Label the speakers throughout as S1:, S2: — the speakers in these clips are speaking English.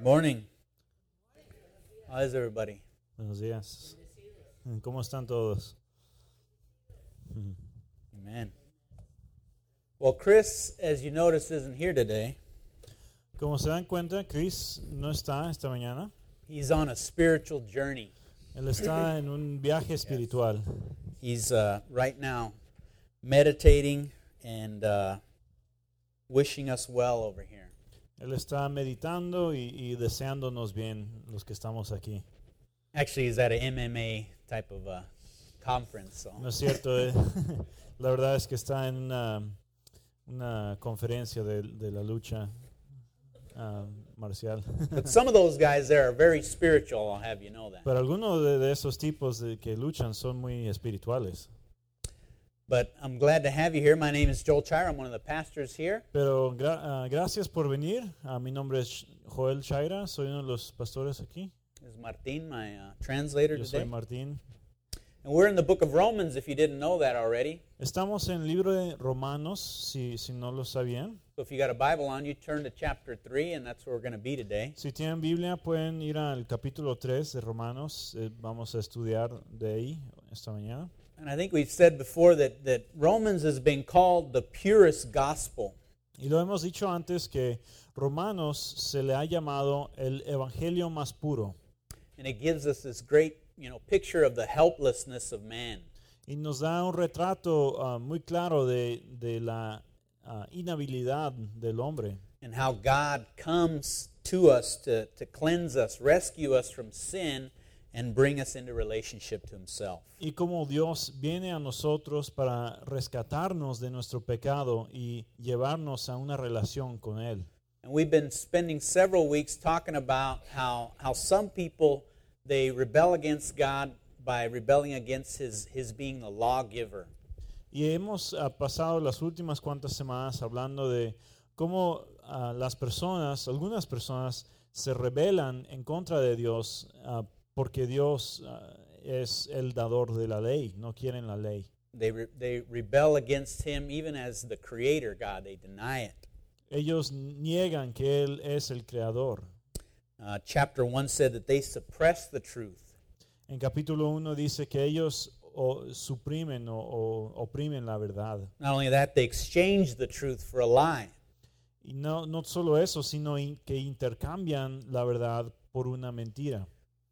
S1: Morning. How is everybody?
S2: Buenos días. ¿Cómo están todos? Mm.
S1: Amen. Well, Chris, as you notice, isn't here today.
S2: Como se dan cuenta, Chris no está esta mañana.
S1: He's on a spiritual journey.
S2: Él está en un viaje espiritual.
S1: He's uh, right now meditating and uh, wishing us well over here.
S2: Él está meditando y, y deseándonos bien los que estamos aquí.
S1: Actually, he's at a MMA type of uh, conference. So.
S2: No es cierto, eh. la verdad es que está en una, una conferencia de, de la lucha ah, marcial.
S1: But some of those guys there are very spiritual, I'll have you know that.
S2: Pero algunos de, de esos tipos de que luchan son muy espirituales.
S1: But I'm glad to have you here. My name is Joel Chire. I'm one of the pastors here.
S2: Pero gra- ah, gracias por venir. Ah, mi nombre es Joel Chaira, soy uno de los pastores aquí.
S1: This is Martin, my uh, translator
S2: Yo
S1: today.
S2: soy Martín.
S1: and we're in the book of Romans, if you didn't know that already.
S2: Estamos en el libro de Romanos, si, si no lo sabían.
S1: So if you got a Bible on you, turn to chapter 3, and that's where we're going to be today.
S2: Si tienen Biblia, pueden ir al capítulo 3 de Romanos. eh, vamos a estudiar de ahí esta mañana.
S1: And I think we've said before that, that Romans has been called the purest gospel.
S2: Y lo hemos dicho antes que Romanos se le ha llamado el evangelio más puro
S1: And it gives us this great you know, picture of the helplessness of man.
S2: y nos da un retrato ah, muy claro de, de la ah, inhabilidad del hombre
S1: and how God comes to us to, to cleanse us, rescue us from sin, and bring us into relationship to Himself.
S2: y cómo Dios viene a nosotros para rescatarnos de nuestro pecado y llevarnos a una relación con Él.
S1: And we've been spending several weeks talking about how, how some people they rebel against God by rebelling against His, his being the lawgiver.
S2: Y hemos ah, pasado las últimas cuantas semanas hablando de cómo ah, las personas, algunas personas, se rebelan en contra de Dios ah, porque Dios ah, es el dador de la ley, no quieren la ley.
S1: They, re, they rebel against Him even as the Creator God, they deny it.
S2: Ellos niegan que Él es el creador.
S1: Uh, chapter 1 said that they suppress the truth.
S2: En capítulo 1 dice que ellos o, suprimen o- o oprimen la verdad.
S1: Not only that, they exchange the truth for a lie.
S2: Y no, no solo eso, sino in- que intercambian la verdad por una mentira.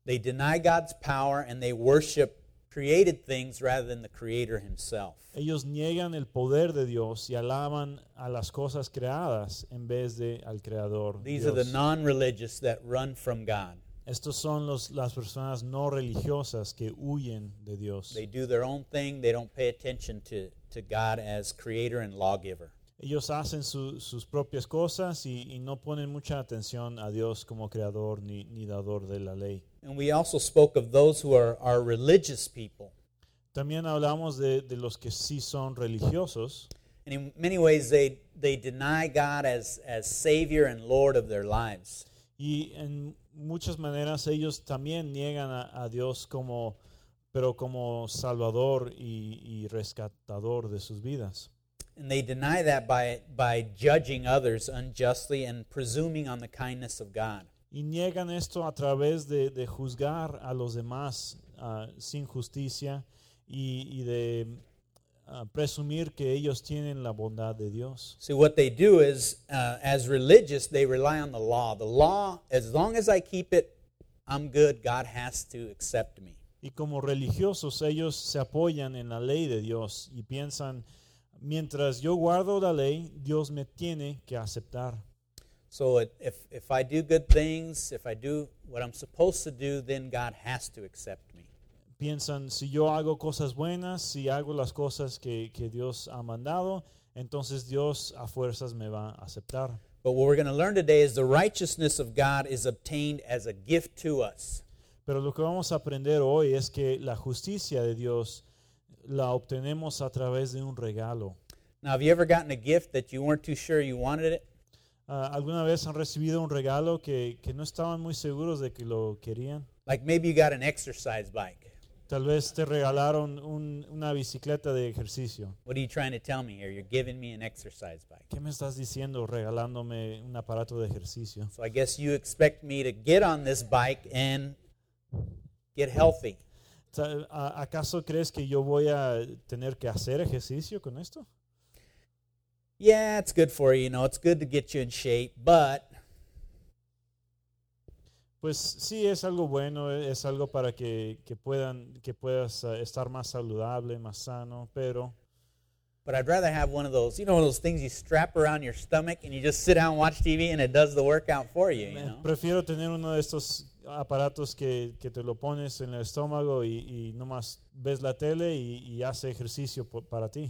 S1: They deny God's power and they worship created things rather than the Creator Himself.
S2: Ellos niegan el poder de Dios y alaban a las cosas creadas en vez de al Creador.
S1: These
S2: Dios.
S1: are the non religious that run from God.
S2: Estos son los, las personas no religiosas que huyen de Dios.
S1: They do their own thing, they don't pay attention to, to God as Creator and Lawgiver.
S2: Ellos hacen su- sus propias cosas y, y no ponen mucha atención a Dios como creador ni, ni dador de la ley.
S1: And we also spoke of those who are, are religious people.
S2: También hablamos de, de los que sí son religiosos
S1: And in many ways, they, they deny God as, as Savior and Lord of their lives.
S2: y en muchas maneras ellos también niegan a, a Dios como, pero como salvador y, y rescatador de sus vidas.
S1: And they deny that by, by judging others unjustly and presuming on the kindness of God.
S2: Y niegan esto a través de, de juzgar a los demás ah, sin justicia y, y de ah, presumir que ellos tienen la bondad de Dios.
S1: See, what they do is, uh, as religious, they rely on the law. The law, as long as I keep it, I'm good. God has to accept me.
S2: Y como religiosos ellos se apoyan en la ley de Dios y piensan, mientras yo guardo la ley, Dios me tiene que aceptar.
S1: So it, if, if I do good things, if I do what I'm supposed to do, then God has to accept me.
S2: Piensan, si yo hago cosas buenas, si hago las cosas que, que Dios ha mandado, entonces Dios a fuerzas me va a aceptar.
S1: But what we're going to learn today is the righteousness of God is obtained as a gift to us.
S2: Pero lo que vamos a aprender hoy es que la justicia de Dios la obtenemos a través de un regalo.
S1: Now, have you ever gotten a gift that you weren't too sure you wanted it?
S2: Ah, ¿Alguna vez han recibido un regalo que, que no estaban muy seguros de que lo querían?
S1: Like maybe you got an exercise bike.
S2: Tal vez te regalaron un- una bicicleta de ejercicio.
S1: What are you trying to tell me here? You're giving me an exercise bike.
S2: ¿Qué me estás diciendo regalándome un aparato de ejercicio?
S1: So I guess you expect me to get on this bike and get healthy.
S2: Ta- a- ¿Acaso crees que yo voy a tener que hacer ejercicio con esto?
S1: Yeah, it's good for you, you know, it's good to get you in shape, but
S2: Pues sí, es algo bueno, e- es algo para que, que puedan, que puedas eh, estar más saludable, más sano, pero
S1: but I'd rather have one of those, you know, those things you strap around your stomach and you just sit down and watch TV and it does the workout for you, you
S2: me-
S1: know.
S2: prefiero tener uno de estos aparatos que, que te lo pones en el estómago y, y nomás ves la tele y, y hace ejercicio po- para ti.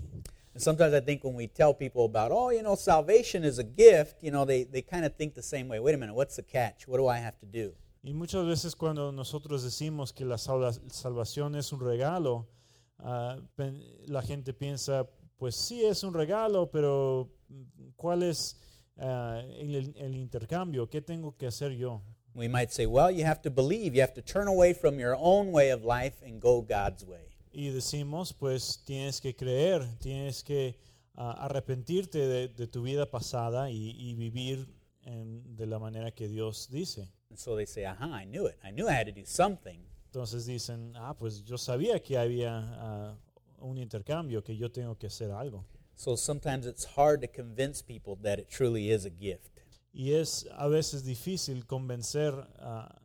S1: And sometimes I think when we tell people about, oh, you know, salvation is a gift, you know, they, they kind of think the same way. Wait a minute, what's the catch? What do I have to do?
S2: Y muchas veces cuando nosotros decimos que la salva- salvación es un regalo, ah, pen- la gente piensa, pues sí es un regalo, pero mm, ¿cuál es ah, el, el intercambio? ¿Qué tengo que hacer yo?
S1: We might say, well, you have to believe. You have to turn away from your own way of life and go God's way.
S2: Y decimos, pues tienes que creer, tienes que ah, arrepentirte de, de tu vida pasada y, y vivir en- de la manera que Dios dice.
S1: And so they say, aha, I knew it. I knew I had to do something.
S2: Entonces dicen, ah, pues yo sabía que había ah, un intercambio, que yo tengo que hacer algo.
S1: So sometimes it's hard to convince people that it truly is a gift.
S2: Y es a veces difícil convencer a,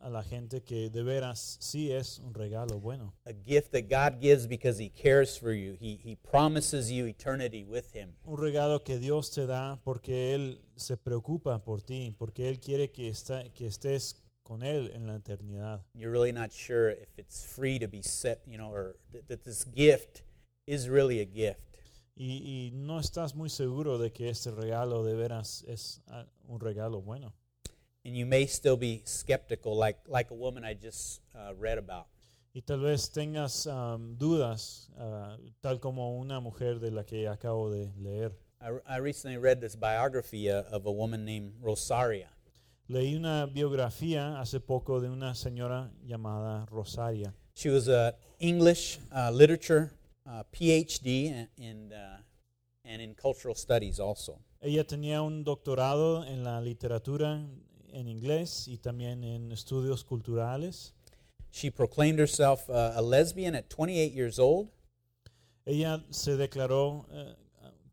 S2: a la gente que de veras sí es un regalo bueno.
S1: A gift that God gives because He cares for you. He, he promises you eternity with Him.
S2: Un regalo que Dios te da porque Él se preocupa por ti, porque Él quiere que, esta- que estés con Él en la eternidad.
S1: You're really not sure if it's free to be set, you know, or that, that this gift is really a gift.
S2: Y, y no estás muy seguro de que este regalo de veras es ah, un regalo bueno.
S1: And you may still be skeptical, like, like a woman I just uh, read about.
S2: Y tal vez tengas am, dudas, ah, tal como una mujer de la que acabo de leer.
S1: I, I recently read this biography uh, of a woman named Rosaria.
S2: Leí una biografía hace poco de una señora llamada Rosaria.
S1: She was an English uh, literature uh, PhD and, and, uh, and in cultural studies also.
S2: Ella tenía un doctorado en la literatura en inglés y también en estudios culturales.
S1: She proclaimed herself uh, a lesbian at 28 years old.
S2: Ella se declaró eh,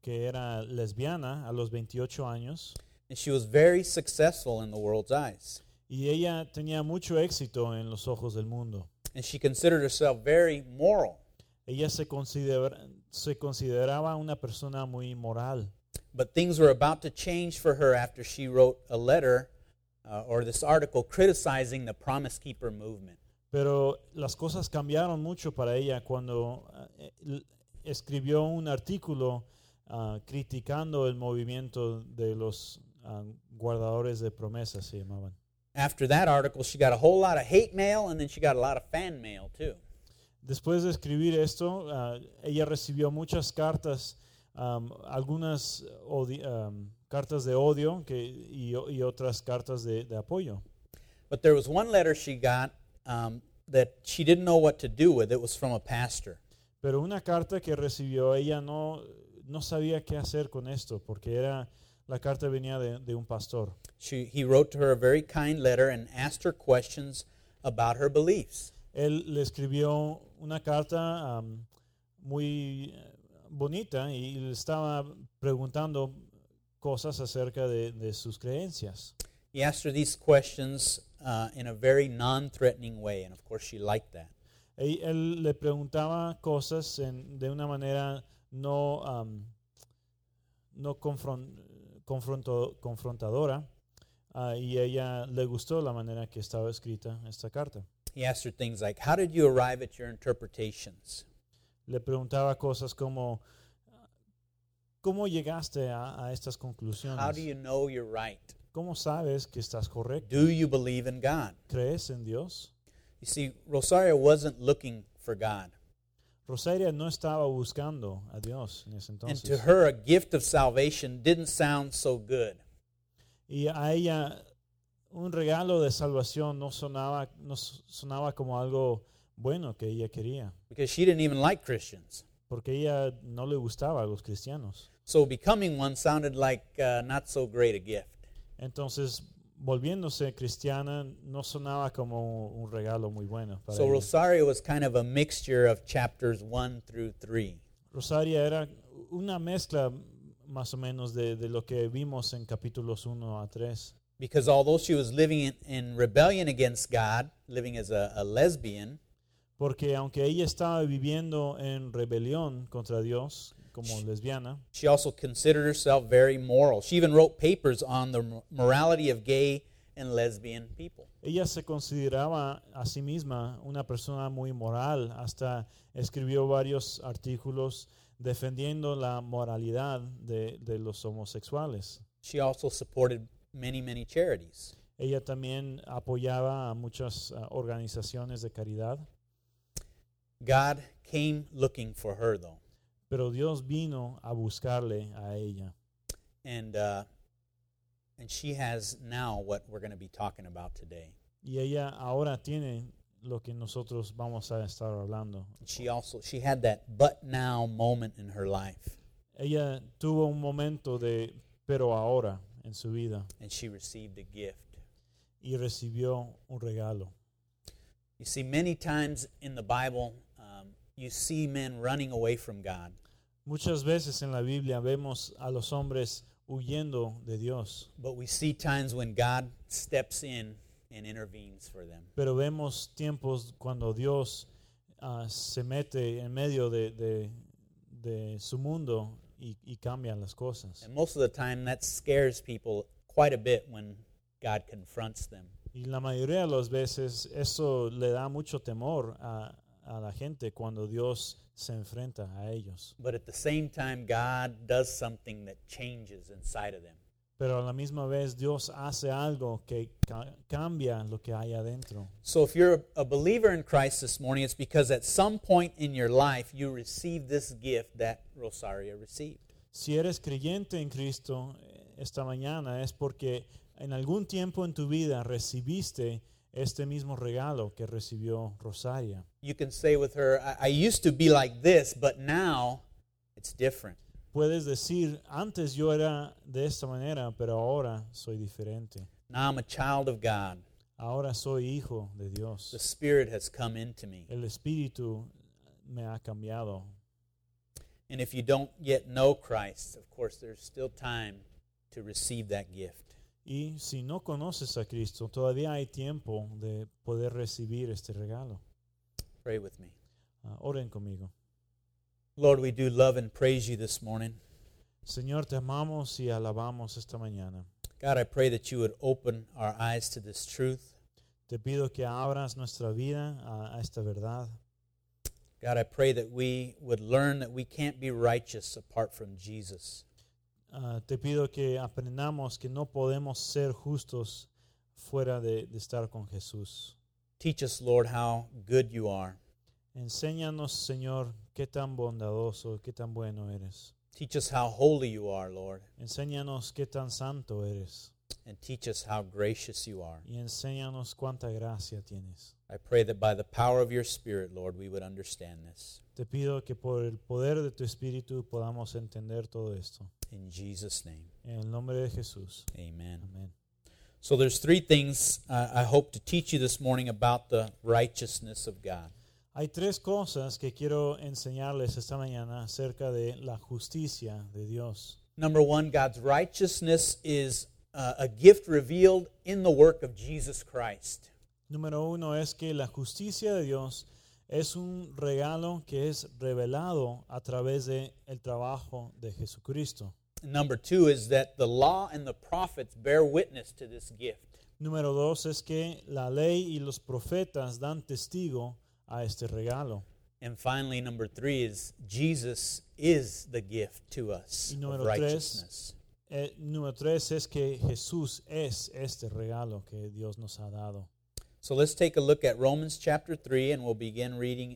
S2: que era lesbiana a los 28 años
S1: And she was very successful in the world's eyes.
S2: y ella tenía mucho éxito en los ojos del mundo.
S1: And she considered herself very moral.
S2: Ella se, considera- se consideraba una persona muy moral.
S1: But things were about to change for her after she wrote a letter uh, or this article criticizing the Promise Keeper movement.
S2: Pero las cosas cambiaron mucho para ella cuando ah, eh, l- escribió un artículo ah, criticando el movimiento de los ah, guardadores de promesas, se llamaban.
S1: After that article, she got a whole lot of hate mail and then she got a lot of fan mail too.
S2: Después de escribir esto, ah, ella recibió muchas cartas, am, algunas odi- am, cartas de odio que, y, o- y otras cartas de, de apoyo.
S1: But there was one letter she got um, that she didn't know what to do with. It was from a pastor.
S2: Pero una carta que recibió ella no, no sabía qué hacer con esto, porque era la carta venía de- de un pastor.
S1: She, he wrote to her a very kind letter and asked her questions about her beliefs.
S2: él le escribió una carta am, muy eh, bonita y le estaba preguntando cosas acerca de, de sus creencias.
S1: He asked her these questions uh, in a very non threatening way, and of course, she liked that.
S2: Y él le preguntaba cosas en- de una manera no, am, no confron- confronto- confrontadora ah, y ella le gustó la manera que estaba escrita esta carta.
S1: He asked her things like, How did you arrive at your interpretations?
S2: Le preguntaba cosas como, ¿cómo llegaste a, a estas conclusiones?
S1: How do you know you're right?
S2: ¿Cómo sabes que estás correcto?
S1: Do you believe in God?
S2: ¿Crees en Dios?
S1: You see, Rosaria wasn't looking for God.
S2: Rosaria no estaba buscando a Dios en ese
S1: And to
S2: entonces.
S1: her, a gift of salvation didn't sound so good.
S2: Y a ella un regalo de salvación no sonaba, no s- sonaba como algo bueno que ella quería,
S1: because she didn't even like Christians.
S2: porque ella no le gustaba a los cristianos.
S1: So becoming one sounded like uh, not so great a gift.
S2: Entonces, volviéndose cristiana no sonaba como un regalo muy bueno para
S1: So
S2: ella.
S1: Rosario was kind of a mixture of chapters 1 through 3.
S2: Rosaria era una mezcla más o menos de, de lo que vimos en capítulos 1 a 3.
S1: Because although she was living in, in rebellion against God, living as a, a lesbian,
S2: Porque aunque ella estaba viviendo en rebelión contra Dios como lesbiana,
S1: she also considered herself very moral. She even wrote papers on the mor- morality of gay and lesbian people.
S2: ella se consideraba a sí misma una persona muy moral, hasta escribió varios artículos defendiendo la moralidad de, de los homosexuales.
S1: She also supported many, many charities.
S2: Ella también apoyaba a muchas ah, organizaciones de caridad,
S1: God came looking for her, though.
S2: pero Dios vino a buscarle a ella.
S1: And, uh, and she has now what we're going to be talking about today.
S2: Y ella ahora tiene lo que nosotros vamos a estar hablando.
S1: She also she had that but now moment in her life,
S2: Ella tuvo un momento de pero ahora en su vida
S1: and she received a gift.
S2: y recibió un regalo.
S1: You see, many times in the Bible, um, you see men running away from God.
S2: Muchas veces en la Biblia vemos a los hombres huyendo de Dios,
S1: But we see times when God steps in and intervenes for them.
S2: pero vemos tiempos cuando Dios ah, se mete en medio de, de- de su mundo y, y cambia las cosas.
S1: And most of the time, that scares people quite a bit when God confronts them.
S2: Y la mayoría de las veces eso le da mucho temor a, a la gente cuando Dios se enfrenta a ellos.
S1: But at the same time, God does something that changes inside of them.
S2: Pero a la misma vez Dios hace algo que ca- cambia lo que hay adentro.
S1: So if you're a believer in Christ this morning, it's because at some point in your life, you received this gift that Rosaria received.
S2: Si eres creyente en Cristo eh, esta mañana es porque en algún tiempo en tu vida recibiste este mismo regalo que recibió Rosaria.
S1: You can say with her, I, I used to be like this, but now it's different.
S2: Puedes decir, antes yo era de esta manera, pero ahora soy diferente.
S1: Now I'm a child of God.
S2: Ahora soy hijo de
S1: The
S2: Dios.
S1: Spirit has come into me.
S2: El Espíritu me ha cambiado.
S1: And if you don't yet know Christ, of course, there's still time to receive that gift.
S2: Y si no conoces a Cristo, todavía hay tiempo de poder recibir este regalo.
S1: Pray with me.
S2: Ah, oren conmigo.
S1: Lord, we do love and praise you this morning.
S2: Señor, te amamos y alabamos esta mañana.
S1: God, I pray that you would open our eyes to this truth.
S2: Te pido que abras nuestra vida a, a esta verdad.
S1: God, I pray that we would learn that we can't be righteous apart from Jesus.
S2: Ah, te pido que aprendamos que no podemos ser justos fuera de, de estar con Jesús.
S1: Teach us, Lord, how good you are.
S2: Enséñanos, Señor, qué tan bondadoso, qué tan bueno eres.
S1: Teach us how holy you are, Lord,
S2: Enséñanos qué tan santo eres.
S1: and teach us how gracious you are.
S2: Y enséñanos cuánta gracia tienes.
S1: I pray that by the power of your Spirit, Lord, we would understand this.
S2: Te pido que por el poder de tu Espíritu podamos entender todo esto.
S1: In Jesus' name,
S2: En el nombre de Jesús.
S1: amen.
S2: Amén.
S1: So there's three things uh, I hope to teach you this morning about the righteousness of God.
S2: Hay tres cosas que quiero enseñarles esta mañana acerca de la justicia de Dios.
S1: Number one, God's righteousness is uh, a gift revealed in the work of Jesus Christ.
S2: Número uno es que la justicia de Dios es un regalo que es revelado a través del el trabajo de Jesucristo.
S1: Number two is that the law and the prophets bear witness to this gift.
S2: Número dos es que la ley y los profetas dan testigo a este regalo.
S1: And finally, number three is Jesus is the gift to us
S2: Y
S1: of
S2: número tres.
S1: righteousness.
S2: Eh, número tres es que Jesús es este regalo que Dios nos ha dado.
S1: So let's take a look at Romans chapter 3, and we'll begin reading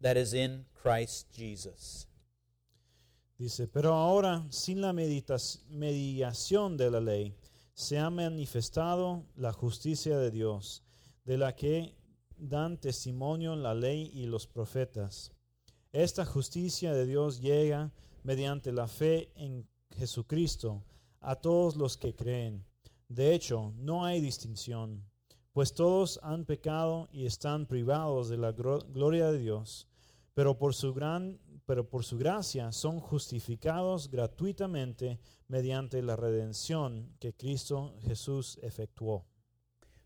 S1: that is in Christ Jesus.
S2: Dice, pero ahora, sin la meditas- mediación de la ley, se ha manifestado la justicia de Dios, de la que dan testimonio la ley y los profetas. Esta justicia de Dios llega mediante la fe en Jesucristo a todos los que creen. De hecho, no hay distinción, pues todos han pecado y están privados de la gro- gloria de Dios pero por su gran pero por su gracia son justificados gratuitamente mediante la redención que Cristo Jesús efectuó.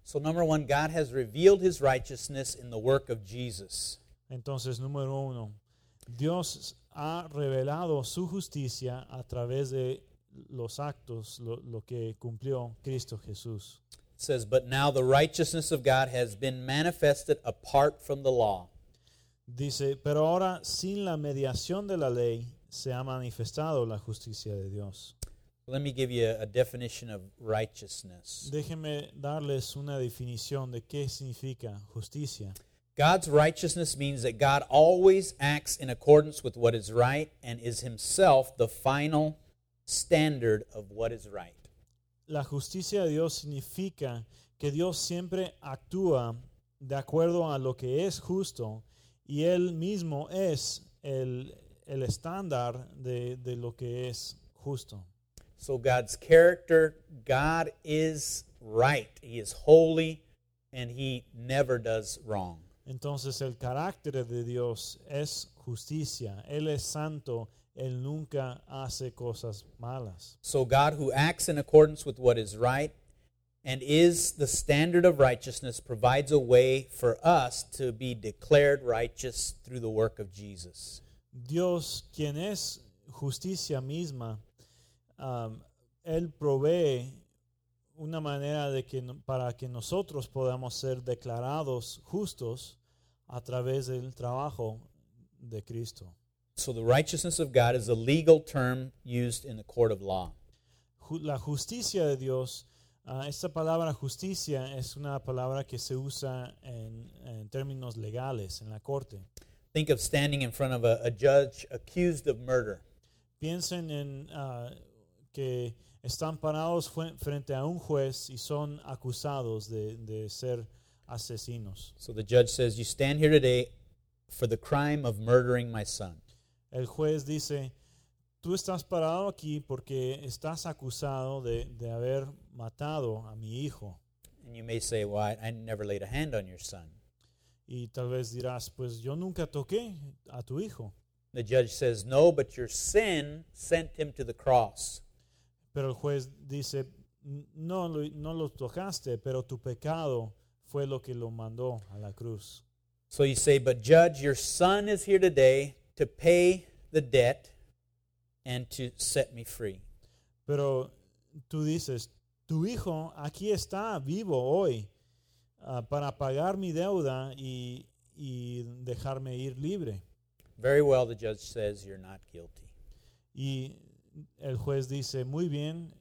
S1: So, number one, God has revealed his righteousness in the work of Jesus.
S2: Entonces, número uno, Dios ha revelado su justicia a través de los actos, lo, lo que cumplió Cristo Jesús.
S1: It says, But now the righteousness of God has been manifested apart from the law.
S2: Dice, pero ahora sin la mediación de la ley se ha manifestado la justicia de Dios.
S1: Let me give you a definition of righteousness.
S2: Déjenme darles una definición de qué significa justicia.
S1: God's righteousness means that God always acts in accordance with what is right and is himself the final standard of what is right.
S2: La justicia de Dios significa que Dios siempre actúa de acuerdo a lo que es justo y Él mismo es el, el estándar de, de lo que es justo.
S1: So, God's character, God is right, He is holy, and He never does wrong.
S2: Entonces el carácter de Dios es justicia. Él es santo. Él nunca hace cosas malas.
S1: So, God who acts in accordance with what is right and is the standard of righteousness provides a way for us to be declared righteous through the work of Jesus.
S2: Dios, quien es justicia misma, um, Él provee una manera de que, no- para que nosotros podamos ser declarados justos a través del trabajo de Cristo.
S1: So, the righteousness of God is a legal term used in the court of law.
S2: Ju- La justicia de Dios, ah, esta palabra justicia es una palabra que se usa en- en términos legales, en la corte.
S1: Think of standing in front of a, a judge accused of murder.
S2: Piensen en ah, que están parados fue- frente a un juez y son acusados de, de ser asesinos.
S1: So, the judge says, You stand here today for the crime of murdering my son.
S2: El juez dice, tú estás parado aquí porque estás acusado de, de haber matado a mi hijo.
S1: And you may say, Well, I, I never laid a hand on your son.
S2: Y tal vez dirás, pues yo nunca toqué a tu hijo.
S1: The judge says, No, but your sin sent him to the cross.
S2: Pero el juez dice, no, lo- no lo tocaste, pero tu pecado fue lo que lo mandó a la cruz.
S1: So you say, But judge, your son is here today to pay the debt and to set me free.
S2: Pero tú dices, tu hijo aquí está vivo hoy ah, para pagar mi deuda y, y dejarme ir libre.
S1: Very well, the judge says, You're not guilty.
S2: Y el juez dice, muy bien,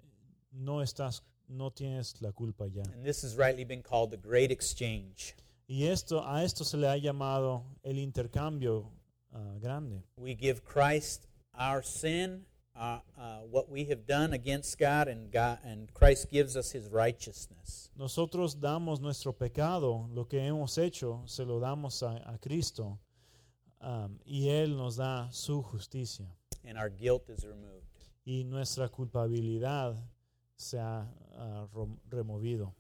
S2: no estás, no tienes la culpa ya.
S1: And this has rightly been called the great exchange.
S2: Y esto, a esto se le ha llamado el intercambio ah, grande.
S1: We give Christ our sin, our, uh, what we have done against God, and, God, and Christ gives us his righteousness.
S2: Nosotros damos nuestro pecado, lo que hemos hecho, se lo damos a, a Cristo ah, y Él nos da su justicia.
S1: and our guilt is removed.
S2: y nuestra culpabilidad se ha ah, rom- removido.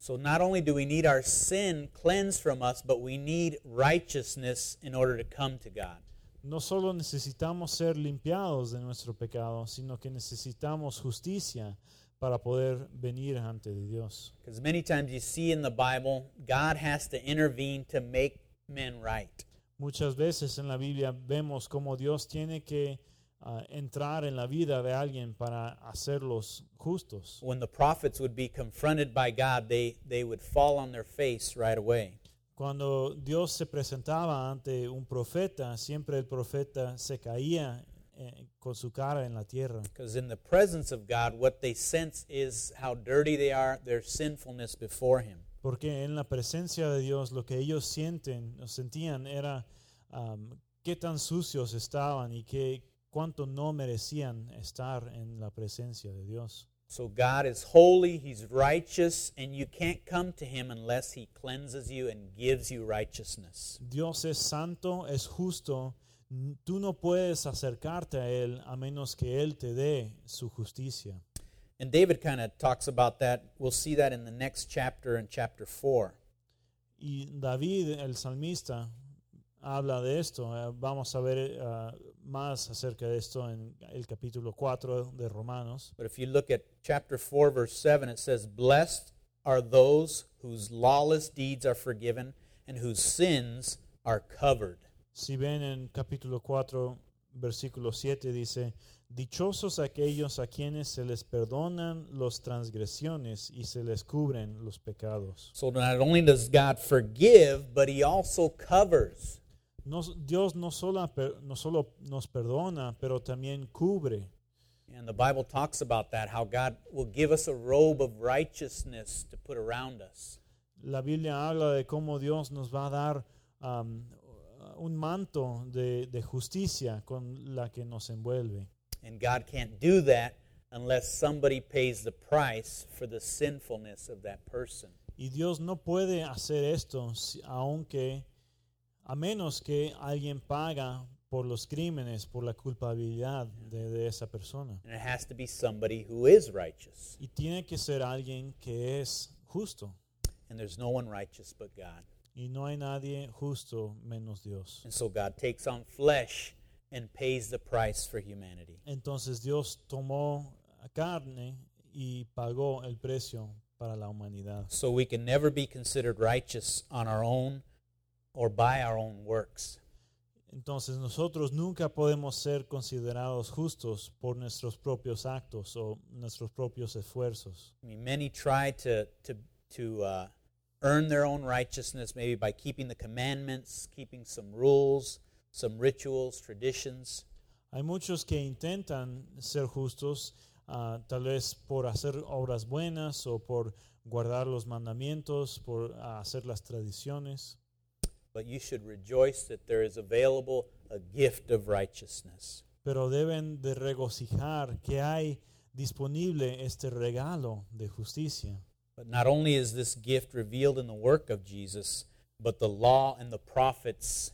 S1: So not only do we need our sin cleansed from us, but we need righteousness in order to come to God.
S2: No solo necesitamos ser limpiados de nuestro pecado, sino que necesitamos justicia para poder venir ante de Dios.
S1: Because many times you see in the Bible, God has to intervene to make men right.
S2: Muchas veces en la Biblia vemos cómo Dios tiene que ah, entrar en la vida de alguien para hacerlos justos.
S1: When the prophets would be confronted by God, they, they would fall on their face right away.
S2: Cuando Dios se presentaba ante un profeta, siempre el profeta se caía eh, con su cara en la tierra.
S1: Because in the presence of God, what they sense is how dirty they are, their sinfulness before Him.
S2: Porque en la presencia de Dios lo que ellos sienten, o sentían era am, qué tan sucios estaban y qué, cuánto no merecían estar en la presencia de Dios.
S1: So God is holy, He's righteous, and you can't come to Him unless He cleanses you and gives you righteousness.
S2: Dios es santo, es justo. n- Tú no puedes acercarte a Él a menos que Él te dé su justicia.
S1: And David kind of talks about that. We'll see that in the next chapter, in chapter 4.
S2: Y David, el salmista, habla de esto. Eh, Vamos a ver eh, más acerca de esto en el capítulo 4 de Romanos.
S1: But if you look at chapter 4, verse 7, it says, Blessed are those whose lawless deeds are forgiven and whose sins are covered.
S2: Si ven en capítulo 4, versículo 7, dice, Dichosos aquellos a quienes se les perdonan las transgresiones y se les cubren los pecados.
S1: So not only does God forgive, but He also covers.
S2: Nos- Dios no solo, per- no solo nos perdona, pero también cubre.
S1: And the Bible talks about that, how God will give us a robe of righteousness to put around us.
S2: La Biblia habla de cómo Dios nos va a dar am, un manto de, de justicia con la que nos envuelve.
S1: And God can't do that unless somebody pays the price for the sinfulness of that person.
S2: Y Dios no puede hacer esto si- aunque a menos que alguien paga por los crímenes, por la culpabilidad de, de esa persona.
S1: And it has to be somebody who is righteous.
S2: Y tiene que ser alguien que es justo.
S1: And there's no one righteous but God.
S2: Y no hay nadie justo menos Dios.
S1: And so God takes on flesh and pays the price for humanity.
S2: Entonces Dios tomó carne y pagó el precio para la humanidad.
S1: So we can never be considered righteous on our own or by our own works.
S2: Entonces nosotros nunca podemos ser considerados justos por nuestros propios actos o nuestros propios esfuerzos.
S1: I mean, many try to to to uh, earn their own righteousness, maybe by keeping the commandments, keeping some rules, some rituals, traditions.
S2: Hay muchos que intentan ser justos, ah, tal vez por hacer obras buenas o por guardar los mandamientos, por ah, hacer las tradiciones,
S1: But you should rejoice that there is available a gift of righteousness.
S2: pero deben de regocijar que hay disponible este regalo de justicia.
S1: But not only is this gift revealed in the work of Jesus, but the law and the prophets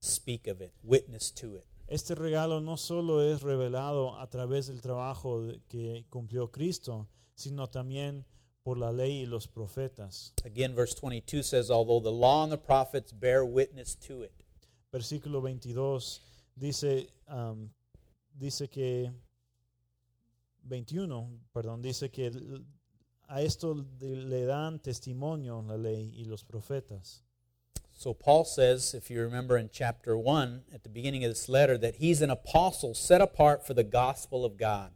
S1: speak of it, witness to it.
S2: Este regalo no solo es revelado a través del trabajo de- que cumplió Cristo, sino también por la ley y los profetas.
S1: Again, verse 22 says, Although the law and the prophets bear witness to it.
S2: Versículo 22 dice, am, dice que 21, perdón, dice que l- a esto de- le dan testimonio la ley y los profetas.
S1: So Paul says, if you remember in chapter 1, at the beginning of this letter, that he's an apostle set apart for the gospel of God.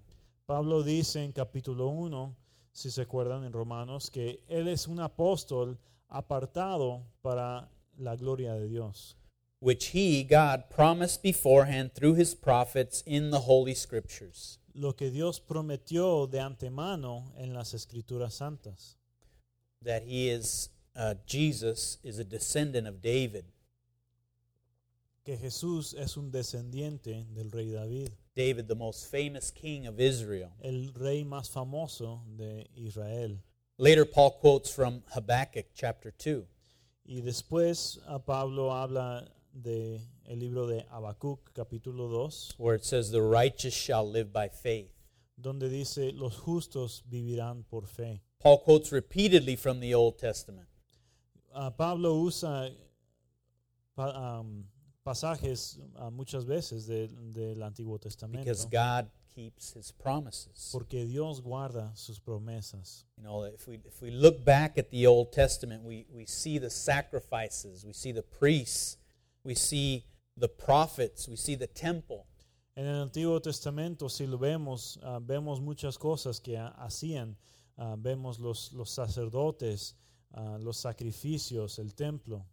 S2: Pablo dice en capítulo 1, si se acuerdan en Romanos, que él es un apóstol apartado para la gloria de Dios,
S1: Which he, God, promised beforehand through his prophets in the Holy Scriptures.
S2: lo que Dios prometió de antemano en las escrituras santas,
S1: That he is, uh, Jesus is a descendant of David.
S2: que Jesús es un descendiente del rey David,
S1: David, the most famous king of Israel.
S2: el rey más famoso de Israel.
S1: Later, Paul quotes from Habakkuk chapter 2.
S2: Y después a Pablo habla de el libro de Habacuc capítulo 2,
S1: where it says, The righteous shall live by faith.
S2: donde dice los justos vivirán por fe.
S1: Paul quotes repeatedly from the Old Testament.
S2: Ah, Pablo usa pa- am, pasajes ah, muchas veces de- del Antiguo Testamento
S1: Because God keeps his promises.
S2: porque Dios guarda sus promesas.
S1: You know, if we, if we look back at the Old Testament, we, we see the sacrifices, we see the priests, we see the prophets, we see the temple.
S2: En el Antiguo Testamento, si lo vemos, ah, vemos muchas cosas que ha- hacían. Ah, vemos los, los sacerdotes, ah, los sacrificios, el templo.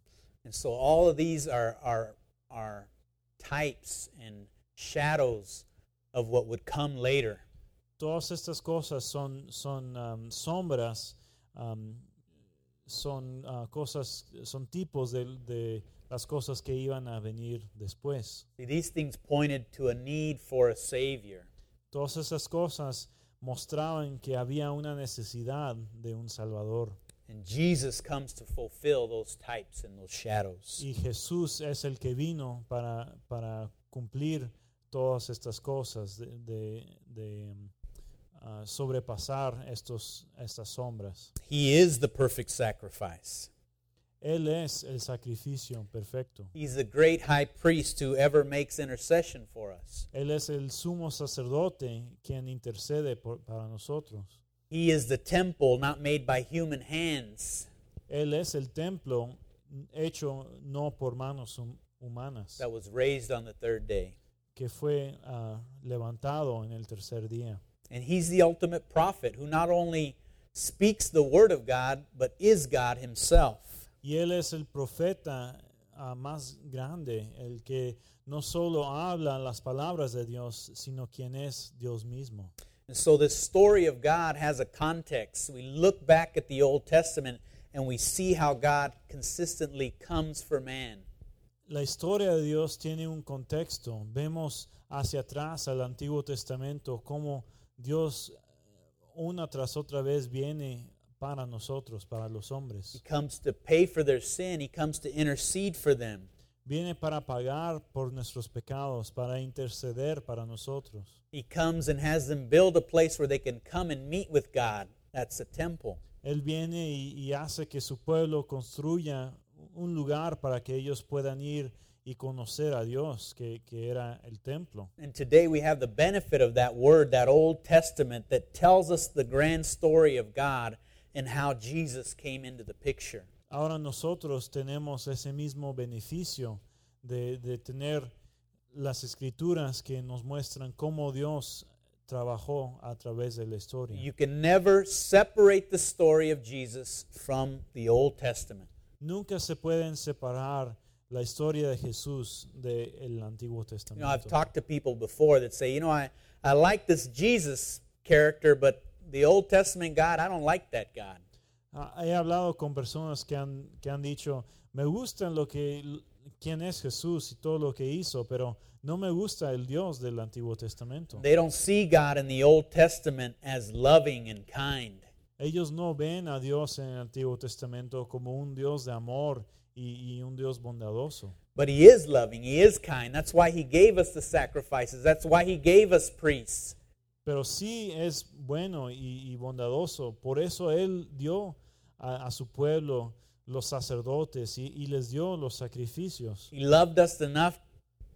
S1: And so all of these are, are, are types and shadows of what would come later.
S2: Todas estas cosas son, son um, sombras, um, son ah, cosas, son tipos de, de las cosas que iban a venir después.
S1: See, these things pointed to a need for a Savior.
S2: Todas esas cosas mostraban que había una necesidad de un Salvador.
S1: And Jesus comes to fulfill those types and those shadows.
S2: Y Jesús es el que vino para, para cumplir todas estas cosas, de, de- de, um, ah, sobrepasar estos, estas sombras.
S1: He is the perfect sacrifice.
S2: Él es el sacrificio perfecto.
S1: He's the great high priest who ever makes intercession for us.
S2: Él es el sumo sacerdote quien intercede por- para nosotros.
S1: He is the temple not made by human hands
S2: Él es el templo hecho no por manos hum- humanas,
S1: that was raised on the third day.
S2: que fue ah, levantado en el tercer día.
S1: And he's the ultimate prophet who not only speaks the word of God, but is God himself.
S2: Y él es el profeta ah, más grande, el que no solo habla las palabras de Dios, sino quien es Dios mismo.
S1: And so this story of God has a context. We look back at the Old Testament and we see how God consistently comes for man.
S2: La historia de Dios tiene un contexto. Vemos hacia atrás al Antiguo Testamento cómo Dios eh, una tras otra vez viene para nosotros, para los
S1: He
S2: hombres.
S1: comes to pay for their sin, he comes to intercede for them.
S2: Viene para pagar por nuestros pecados, para interceder para nosotros.
S1: He comes and has them build a place where they can come and meet with God. That's the temple.
S2: Él viene y, y hace que su pueblo construya un lugar para que ellos puedan ir y conocer a Dios, que, que era el templo.
S1: And today we have the benefit of that word, that Old Testament, that tells us the grand story of God and how Jesus came into the picture.
S2: Ahora nosotros tenemos ese mismo beneficio de, de tener las escrituras que nos muestran cómo Dios trabajó a través de la historia.
S1: You can never separate the story of Jesus from the Old Testament.
S2: Nunca se pueden separar la historia de Jesús del Antiguo
S1: You know, I've
S2: Testamento.
S1: talked to people before that say, you know, I, I like this Jesus character, but the Old Testament God, I don't like that God.
S2: Ah, He hablado con personas que han, que han dicho, me gusta lo que, quién es Jesús y todo lo que hizo, pero no me gusta el Dios del Antiguo Testamento.
S1: They don't see God in the Old Testament as loving and kind.
S2: Ellos no ven a Dios en el Antiguo Testamento como un Dios de amor y, y un Dios bondadoso.
S1: But he is loving, he is kind. That's why he gave us the sacrifices. That's why he gave us priests.
S2: Pero sí es bueno y, y bondadoso. Por eso Él dio a, a su pueblo los sacerdotes y, y les dio los sacrificios.
S1: He loved us enough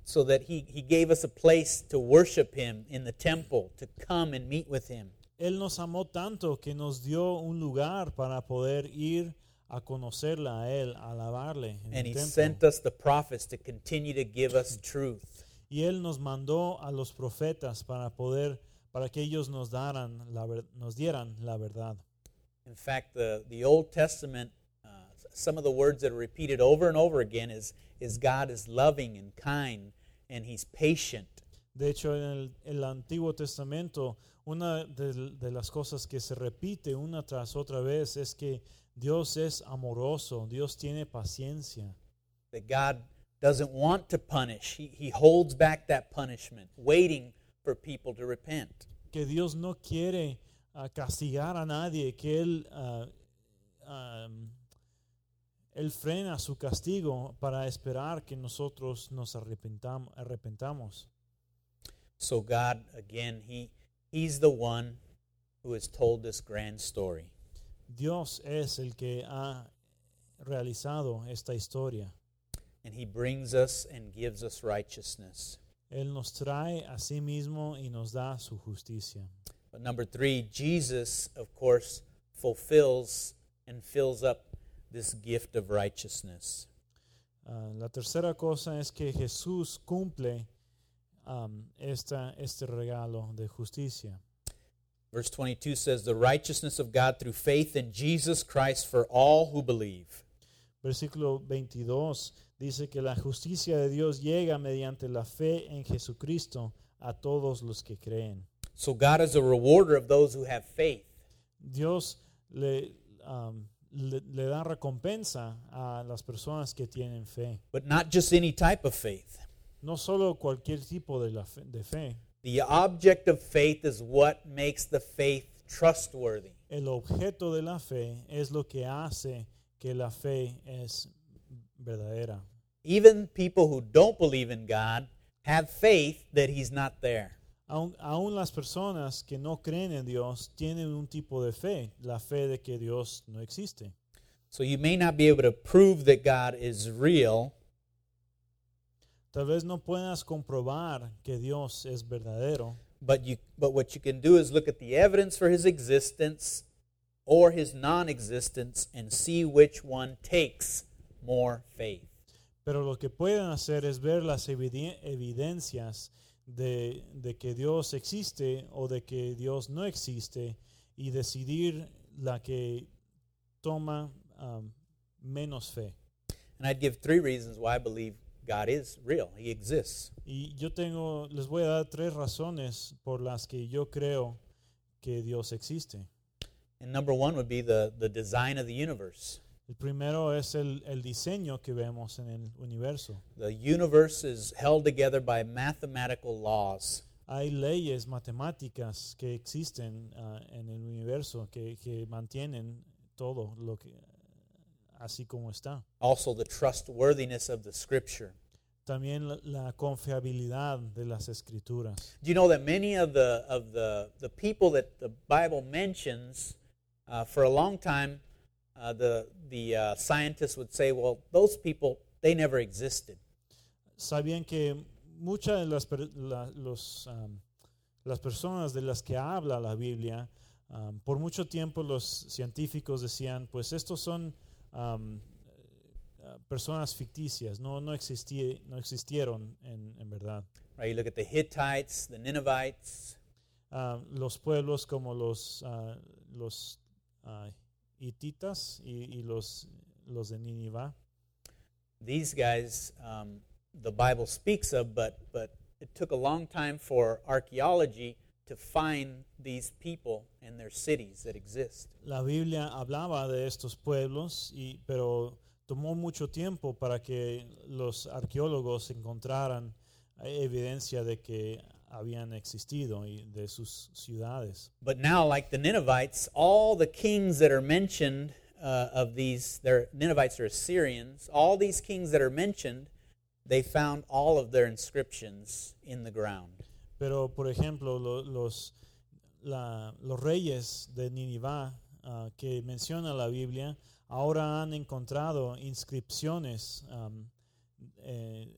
S1: so that he, he gave us a place to worship him in the temple, to come and meet with him.
S2: Él nos amó tanto que nos dio un lugar para poder ir a conocerla a Él, a alabarle. en el
S1: And he
S2: templo.
S1: sent us the prophets to continue to give us truth.
S2: Y él nos mandó a los profetas para poder, para que ellos nos daran, la ver- nos dieran la verdad.
S1: In fact, the, the Old Testament, uh, some of the words that are repeated over and over again is, is God is loving and kind and he's patient.
S2: De hecho, en el, el Antiguo Testamento, una de, de las cosas que se repite una tras otra vez es que Dios es amoroso, Dios tiene paciencia,
S1: That God doesn't want to punish, he, he holds back that punishment, waiting for people to repent.
S2: que Dios no quiere ah, castigar a nadie, que Él, ah, am, él frena su castigo para esperar que nosotros nos arrepentam- arrepentamos.
S1: So, God, again, he, he's the one who has told this grand story.
S2: Dios es el que ha realizado esta historia.
S1: And he brings us and gives us righteousness.
S2: Él nos trae a sí mismo y nos da su justicia.
S1: But number three, Jesus, of course, fulfills and fills up this gift of righteousness.
S2: Ah, la tercera cosa es que Jesús cumple am, esta, este regalo de justicia.
S1: Verse 22 says, The righteousness of God through faith in Jesus Christ for all who believe.
S2: versículo 22, dice que la justicia de Dios llega mediante la fe en Jesucristo a todos los que creen.
S1: So God is a rewarder of those who have faith.
S2: Dios le, um, le, le da recompensa a las personas que tienen fe.
S1: but not just any type of faith.
S2: No solo cualquier tipo de, la fe, de fe.
S1: The object of faith is what makes the faith trustworthy.
S2: El objeto de la fe es lo que hace que la fe es verdadera.
S1: Even people who don't believe in God have faith that He's not there.
S2: Aún, aún las personas que no creen en Dios tienen un tipo de fe, la fe de que Dios no existe.
S1: So you may not be able to prove that God is real,
S2: Tal vez no puedas comprobar que Dios es verdadero,
S1: but you but what you can do is look at the evidence for His existence or His non-existence and see which one takes more faith.
S2: pero lo que pueden hacer es ver las eviden- evidencias de, de que Dios existe o de que Dios no existe y decidir la que toma um, menos fe.
S1: And I'd give three reasons why I believe God is real. He exists.
S2: Y yo tengo, les voy a dar tres razones por las que yo creo que Dios existe.
S1: And number one would be the, the design of the universe.
S2: El primero es el, el diseño que vemos en el universo.
S1: The universe is held together by mathematical laws.
S2: Hay leyes matemáticas que existen ah, en el universo que, que mantienen todo lo que así como está.
S1: Also, the trustworthiness of the scripture.
S2: También la, la confiabilidad de las escrituras.
S1: Do you know that many of the, of the, the people that the Bible mentions, uh, for a long time, uh, the, the uh, scientists would say, well, those people, they never existed.
S2: Sabían que muchas de las, per- la- los, am, las personas de las que habla la Biblia, am, por mucho tiempo los científicos decían, pues estos son am, eh, personas ficticias, no, no, existi- no existieron en- en verdad.
S1: Right? You look at the Hittites, the Ninevites,
S2: ah, los pueblos como los, ah, los ah, hititas y, y los, los de Nínive.
S1: these guys um, the Bible speaks of, but, but it took a long time for archaeology to find these people and their cities that exist.
S2: La Biblia hablaba de estos pueblos, y, pero tomó mucho tiempo para que los arqueólogos encontraran eh, evidencia de que habían existido y de sus ciudades.
S1: But now, like the Ninevites, all the kings that are mentioned uh, of these, their Ninevites are Assyrians, all these kings that are mentioned, they found all of their inscriptions in the ground.
S2: Pero, por ejemplo, lo- los, la- los reyes de Ninivá ah, que menciona la Biblia, ahora han encontrado inscripciones am, eh,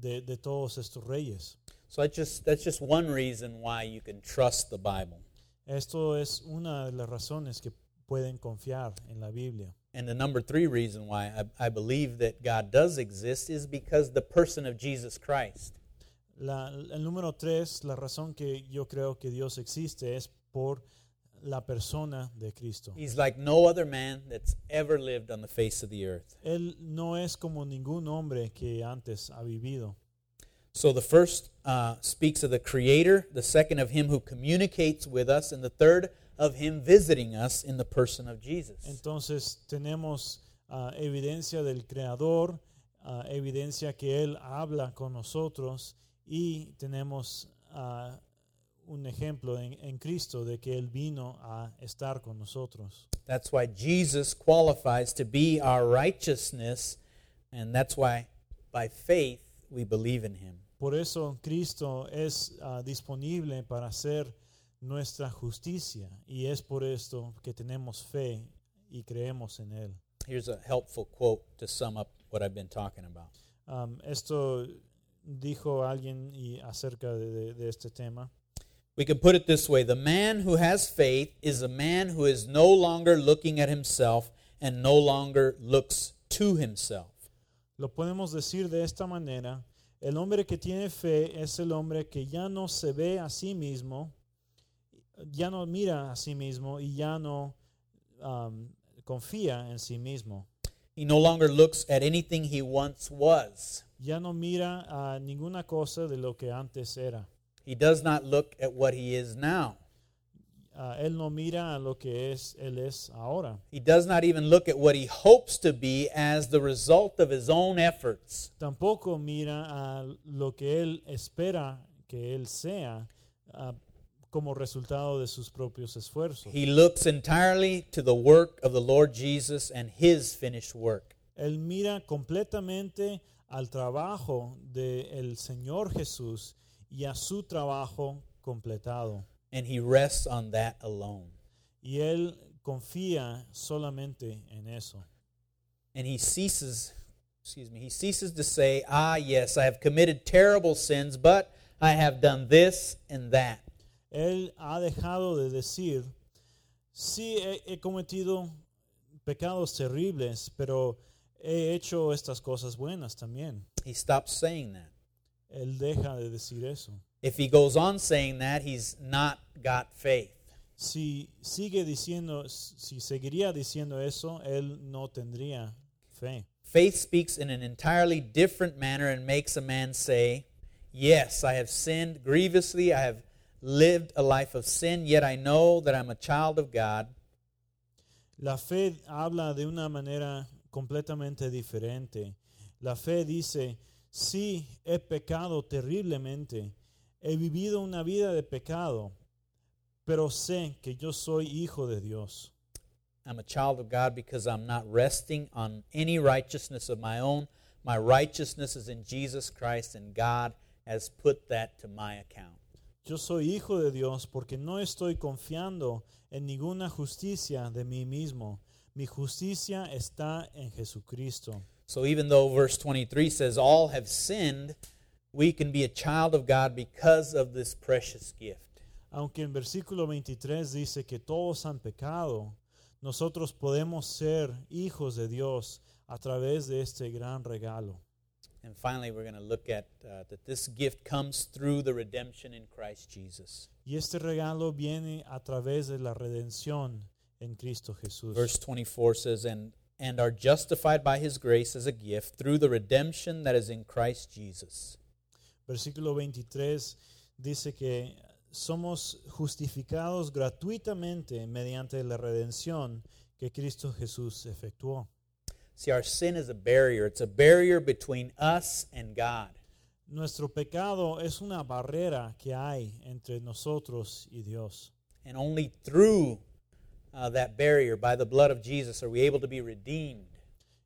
S2: de, de todos estos reyes.
S1: So that's just, that's just one reason why you can trust the Bible.
S2: Esto es una de las razones que pueden confiar en la Biblia.
S1: And the number three reason why I, I believe that God does exist is because the person of Jesus Christ.
S2: La- el número tres, la razón que yo creo que Dios existe es por la persona de Cristo.
S1: He's like no other man that's ever lived on the face of the earth.
S2: Él no es como ningún hombre que antes ha vivido.
S1: So the first uh, speaks of the Creator, the second of Him who communicates with us, and the third of Him visiting us in the person of Jesus.
S2: Entonces tenemos ah, evidencia del Creador, ah, evidencia que Él habla con nosotros y tenemos ah, un ejemplo en, en Cristo de que Él vino a estar con nosotros.
S1: That's why Jesus qualifies to be our righteousness, and that's why by faith we believe in Him.
S2: Por eso Cristo es ah, disponible para ser nuestra justicia y es por esto que tenemos fe y creemos en Él.
S1: Here's a helpful quote to sum up what I've been talking about.
S2: Am, esto dijo alguien y acerca de- de- de este tema.
S1: We can put it this way the man who has faith is a man who is no longer looking at himself and no longer looks to himself.
S2: Lo podemos decir de esta manera. El hombre que tiene fe es el hombre que ya no se ve a sí mismo, ya no mira a sí mismo y ya no um, confía en sí mismo.
S1: He no longer looks at anything he once was.
S2: Ya no mira a ninguna cosa de lo que antes era.
S1: He does not look at what he is now.
S2: Ah, él no mira a lo que es él es ahora.
S1: He does not even look at what he hopes to be as the result of his own efforts.
S2: Tampoco mira a lo que él espera que él sea ah, como resultado de sus propios esfuerzos.
S1: He looks entirely to the work of the Lord Jesus and his finished work.
S2: Él mira completamente al trabajo del Señor Jesús y a su trabajo completado.
S1: and he rests on that alone.
S2: Y él confía solamente en eso.
S1: And he ceases, excuse me, he ceases to say, Ah, yes, I have committed terrible sins, but I have done this and that.
S2: Él ha dejado de decir, sí, he, he cometido pecados terribles, pero he hecho estas cosas buenas también.
S1: He stops saying that.
S2: Él deja de decir eso.
S1: If he goes on saying that, he's not got faith.
S2: Si sigue diciendo, si seguiría diciendo eso, él no tendría fe.
S1: Faith speaks in an entirely different manner and makes a man say, Yes, I have sinned grievously. I have lived a life of sin, yet I know that I'm a child of God.
S2: La fe habla de una manera completamente diferente. La fe dice, sí, he pecado terriblemente, he vivido una vida de pecado, pero sé que yo soy hijo de Dios.
S1: I'm a child of God because I'm not resting on any righteousness of my own. My righteousness is in Jesus Christ, and God has put that to my account.
S2: Yo soy hijo de Dios porque no estoy confiando en ninguna justicia de mí mismo. Mi justicia está en Jesucristo.
S1: So even though verse 23 says, All have sinned, we can be a child of God because of this precious gift.
S2: Aunque en versículo 23 dice que todos han pecado, nosotros podemos ser hijos de Dios a través de este gran regalo.
S1: And finally, we're going to look at uh, that this gift comes through the redemption in Christ Jesus.
S2: Y este regalo viene a través de la redención en Cristo Jesús.
S1: Verse 24 says, and, and are justified by his grace as a gift through the redemption that is in Christ Jesus.
S2: Versículo 23 dice que somos justificados gratuitamente mediante la redención que Cristo Jesús efectuó.
S1: See, our sin is a barrier. It's a barrier between us and God.
S2: Nuestro pecado es una barrera que hay entre nosotros y Dios.
S1: And only through uh, that barrier, by the blood of Jesus, are we able to be redeemed.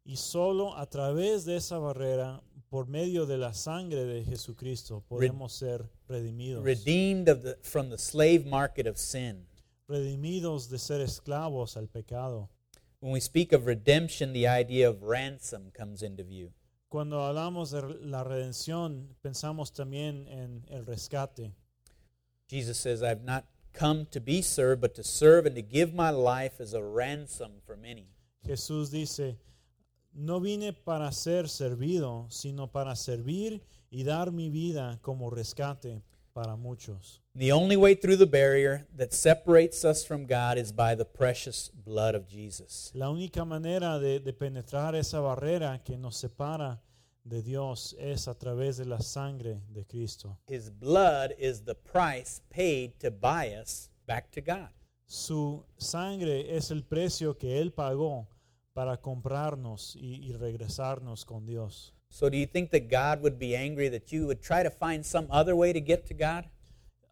S2: Y solo a través de esa barrera, por medio de la sangre de Jesucristo, podemos ser redimidos.
S1: Redeemed of the, from the slave market of sin.
S2: redimidos de ser esclavos al pecado.
S1: When we speak of redemption, the idea of ransom comes into view.
S2: Cuando hablamos de re- la redención, pensamos también en el rescate.
S1: Jesus says, I've not come to be served, but to serve and to give my life as a ransom for many.
S2: Jesús dice, no vine para ser servido, sino para servir y dar mi vida como rescate para muchos.
S1: The only way through the barrier that separates us from God is by the precious blood of Jesus.
S2: La única manera de, de penetrar esa barrera que nos separa de Dios es a través de la sangre de Cristo.
S1: His blood is the price paid to buy us back to God.
S2: Su sangre es el precio que Él pagó para comprarnos y, y regresarnos con Dios.
S1: So, do you think that God would be angry that you would try to find some other way to get to God?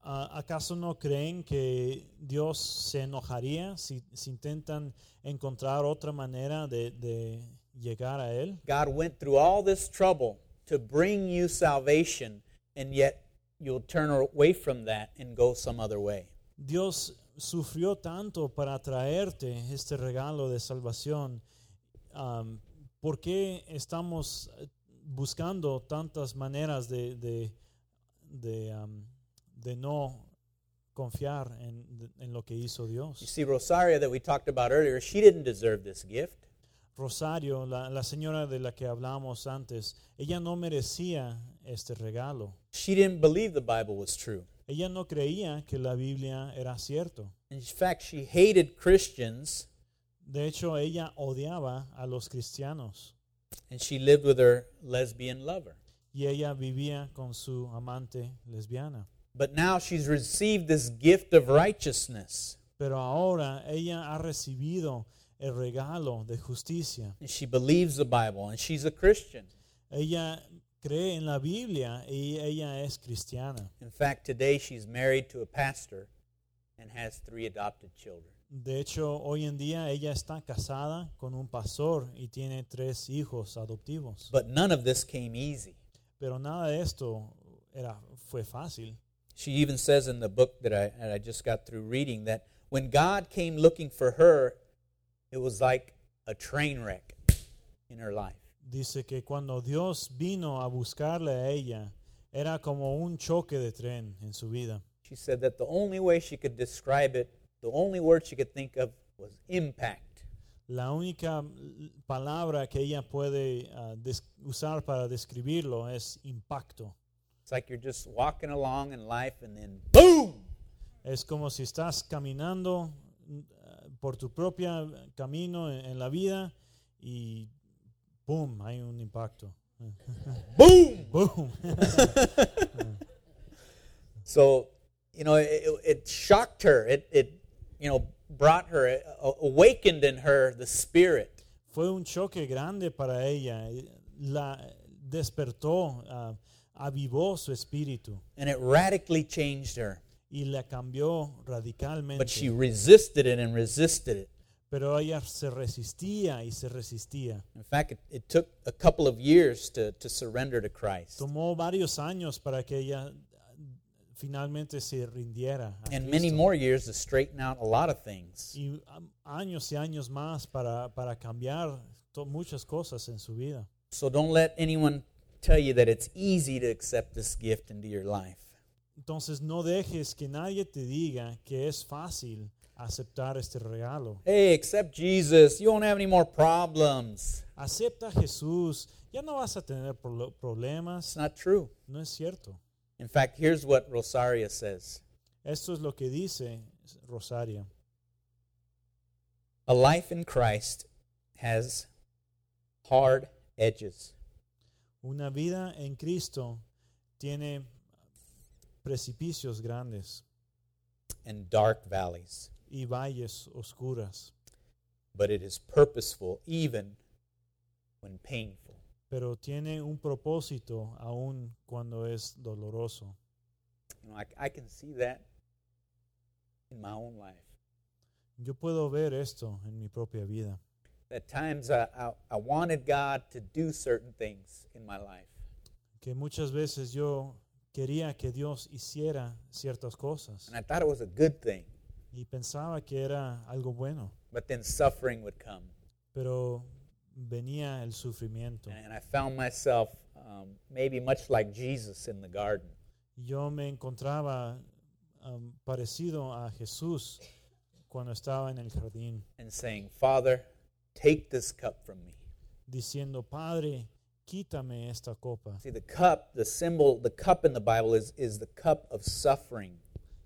S2: Ah, ¿Acaso no creen que Dios se enojaría si, si intentan encontrar otra manera de, de llegar a Él?
S1: God went through all this trouble to bring you salvation, and yet you'll turn away from that and go some other way.
S2: Dios sufrió tanto para traerte este regalo de salvación. Am, ¿Por qué estamos eh, buscando tantas maneras de, de, de, am, de no confiar en, de- en lo que hizo
S1: You
S2: Dios?
S1: see, Rosaria, that we talked about earlier, she didn't deserve this gift.
S2: Rosario, la, la señora de la que hablamos antes, ella no merecía este regalo.
S1: She didn't believe the Bible was true.
S2: Ella no creía que la Biblia era cierto.
S1: In fact, she hated Christians
S2: De hecho, ella odiaba a los cristianos
S1: and she lived with her lesbian lover.
S2: y ella vivía con su amante lesbiana.
S1: But now she's received this gift of righteousness,
S2: Pero ahora ella ha recibido el regalo de justicia.
S1: and she believes the Bible, and she's a Christian.
S2: Ella cree en la Biblia y ella es cristiana.
S1: In fact, today she's married to a pastor and has three adopted children.
S2: De hecho, hoy en día ella está casada con un pastor y tiene tres hijos adoptivos.
S1: But none of this came easy.
S2: Pero nada de esto era, fue fácil.
S1: She even says in the book that I, that I just got through reading that when God came looking for her, it was like a train wreck in her life.
S2: Dice que cuando Dios vino a buscarle a ella, era como un choque de tren en su vida.
S1: She said that the only way she could describe it, the only word she could think of was impact.
S2: La única l- palabra que ella puede ah, des- usar para describirlo es impacto.
S1: It's like you're just walking along in life and then boom,
S2: Es como si estás caminando mm, ah, por tu propio camino en, en la vida y ¡boom! Hay un impacto.
S1: boom.
S2: ¡Boom!
S1: So, you know, it, it shocked her. It, it, you know, brought her, it awakened in her the spirit.
S2: Fue un choque grande para ella. Eh, La despertó, ah, avivó su espíritu
S1: And it radically changed her.
S2: y la cambió radicalmente.
S1: But she resisted it and resisted it.
S2: Pero ella se resistía y se resistía.
S1: In fact, it, it took a couple of years to, to surrender to Christ.
S2: Tomó varios años para que ella ah, finalmente se rindiera. a
S1: And many
S2: Cristo.
S1: more years to straighten out a lot of things.
S2: y am- años y años más para, para cambiar to- muchas cosas en su vida.
S1: So don't let anyone tell you that it's easy to accept this gift into your life.
S2: Entonces no dejes que nadie te diga que es fácil aceptar este regalo.
S1: Hey, accept Jesus. You won't have any more problems.
S2: Acepta a Jesús, ya no vas a tener prolo-
S1: It's
S2: problemas.
S1: not true.
S2: No es cierto.
S1: In fact, here's what Rosaria says
S2: Esto es lo que dice Rosaria.
S1: A life in Christ has hard edges.
S2: Una vida en Cristo tiene precipicios grandes
S1: and dark valleys,
S2: y valles oscuras,
S1: but it is purposeful even when painful.
S2: pero tiene un propósito aun cuando es doloroso.
S1: You know, I, I can see that in my own life.
S2: Yo puedo ver esto en mi propia vida.
S1: At times I, I, I wanted God to do certain things in my life,
S2: Que muchas veces yo quería que Dios hiciera ciertas cosas
S1: and I thought it was a good thing,
S2: y pensaba que era algo bueno,
S1: but then suffering would come,
S2: pero venía el sufrimiento.
S1: and I found myself um, maybe much like Jesus in the garden,
S2: Yo me encontraba um, parecido a Jesús cuando estaba en el jardín,
S1: and saying, Father, take this cup from me.
S2: diciendo, Padre, quítame esta copa.
S1: See, the cup, the symbol, the cup in the Bible is, is the cup of suffering.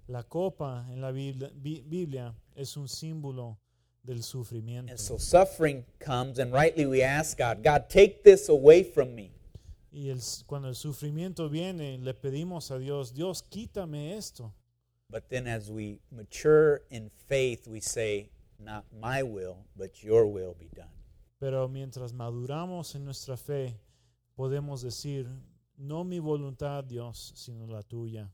S2: La copa en la Biblia, Bi- Biblia es un símbolo del sufrimiento.
S1: And so suffering comes, and rightly we ask God, God, take this away from me.
S2: Y el s- cuando el sufrimiento viene, le pedimos a Dios, Dios, quítame esto.
S1: But then as we mature in faith, we say, Not my will, but your will be done.
S2: Pero mientras maduramos en nuestra fe, podemos decir, no mi voluntad, Dios, sino la tuya.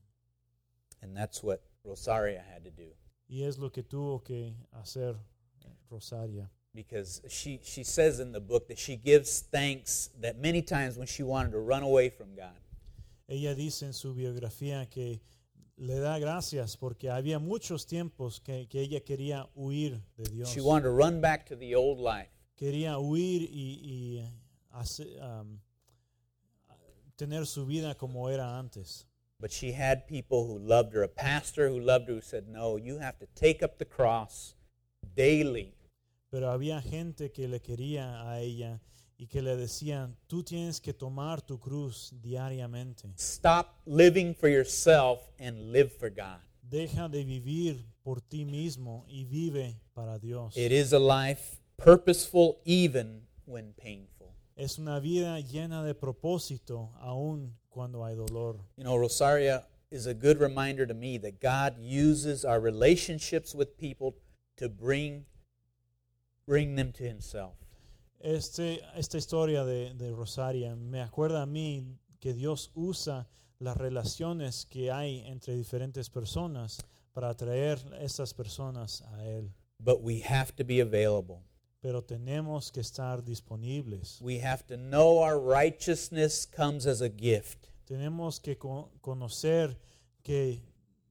S1: And that's what Rosaria had to do
S2: Y es lo que tuvo que hacer eh, Rosaria.
S1: because she, she says in the book that she gives thanks that many times when she wanted to run away from God,
S2: Ella dice en su biografía que le da gracias porque había muchos tiempos que, que ella quería huir de Dios.
S1: she wanted to run back to the old life.
S2: quería huir y, y hace- am, tener su vida como era antes.
S1: But she had people who loved her, a pastor who loved her, who said, No, you have to take up the cross daily
S2: Pero había gente que le quería a ella y que le decían, tú tienes que tomar tu cruz diariamente.
S1: Stop living for yourself and live for God.
S2: Deja de vivir por ti mismo y vive para Dios.
S1: It is a life purposeful even when painful.
S2: Es una vida llena de propósito aun cuando hay dolor.
S1: You know, Rosaria is a good reminder to me that God uses our relationships with people to bring bring them to himself.
S2: Este, esta historia de, de Rosaria me acuerda a mí que Dios usa las relaciones que hay entre diferentes personas para atraer esas personas a Él.
S1: But we have to be available.
S2: Pero tenemos que estar disponibles.
S1: We have to know our righteousness comes as a gift.
S2: Tenemos que co- conocer que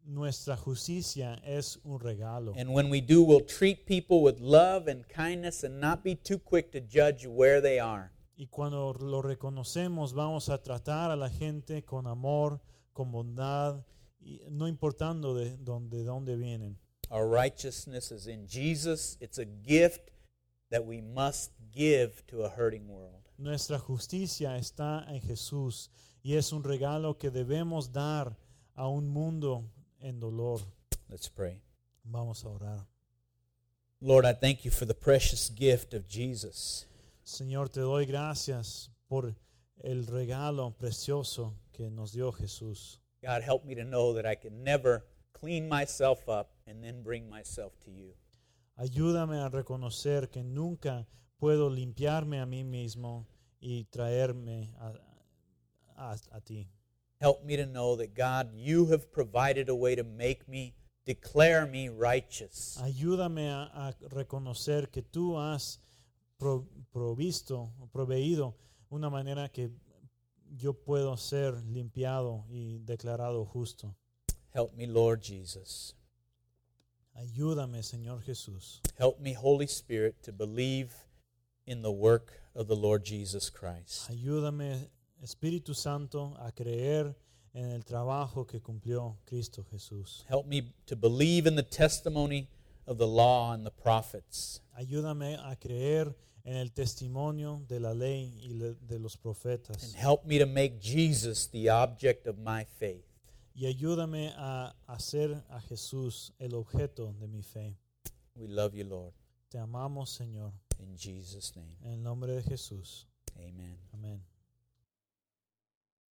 S2: nuestra justicia es un regalo.
S1: And when we do, we'll treat people with love and kindness and not be too quick to judge where they are.
S2: Y cuando lo reconocemos, vamos a tratar a la gente con amor, con bondad, y no importando de dónde, dónde vienen.
S1: Our righteousness is in Jesus. It's a gift that we must give to a hurting world.
S2: Nuestra justicia está en Jesús y es un regalo que debemos dar a un mundo en dolor.
S1: Let's pray.
S2: Vamos a orar.
S1: Lord, I thank you for the precious gift of Jesus.
S2: Señor, te doy gracias por el regalo precioso que nos dio Jesús.
S1: God, help me to know that I can never clean myself up and then bring myself to you.
S2: Ayúdame a reconocer que nunca puedo limpiarme a mí mismo y traerme a, a- a ti.
S1: Help me to know that, God, you have provided a way to make me, declare me righteous.
S2: Ayúdame a, a reconocer que tú has pro- provisto, proveído una manera que yo puedo ser limpiado y declarado justo.
S1: Help me, Lord Jesus.
S2: Ayúdame, Señor Jesús.
S1: Help me, Holy Spirit, to believe in the work of the Lord Jesus Christ.
S2: Ayúdame, Espíritu Santo, a creer en el trabajo que cumplió Cristo Jesús.
S1: Help me to believe in the testimony of the law and the prophets.
S2: Ayúdame a creer en el testimonio de la ley y le- de los
S1: And
S2: profetas.
S1: help me to make Jesus the object of my faith.
S2: Y ayúdame a hacer a Jesús el objeto de mi fe.
S1: We love you, Lord.
S2: Te amamos, Señor,
S1: In Jesus' name,
S2: en el nombre de Jesús.
S1: amen.
S2: Amén.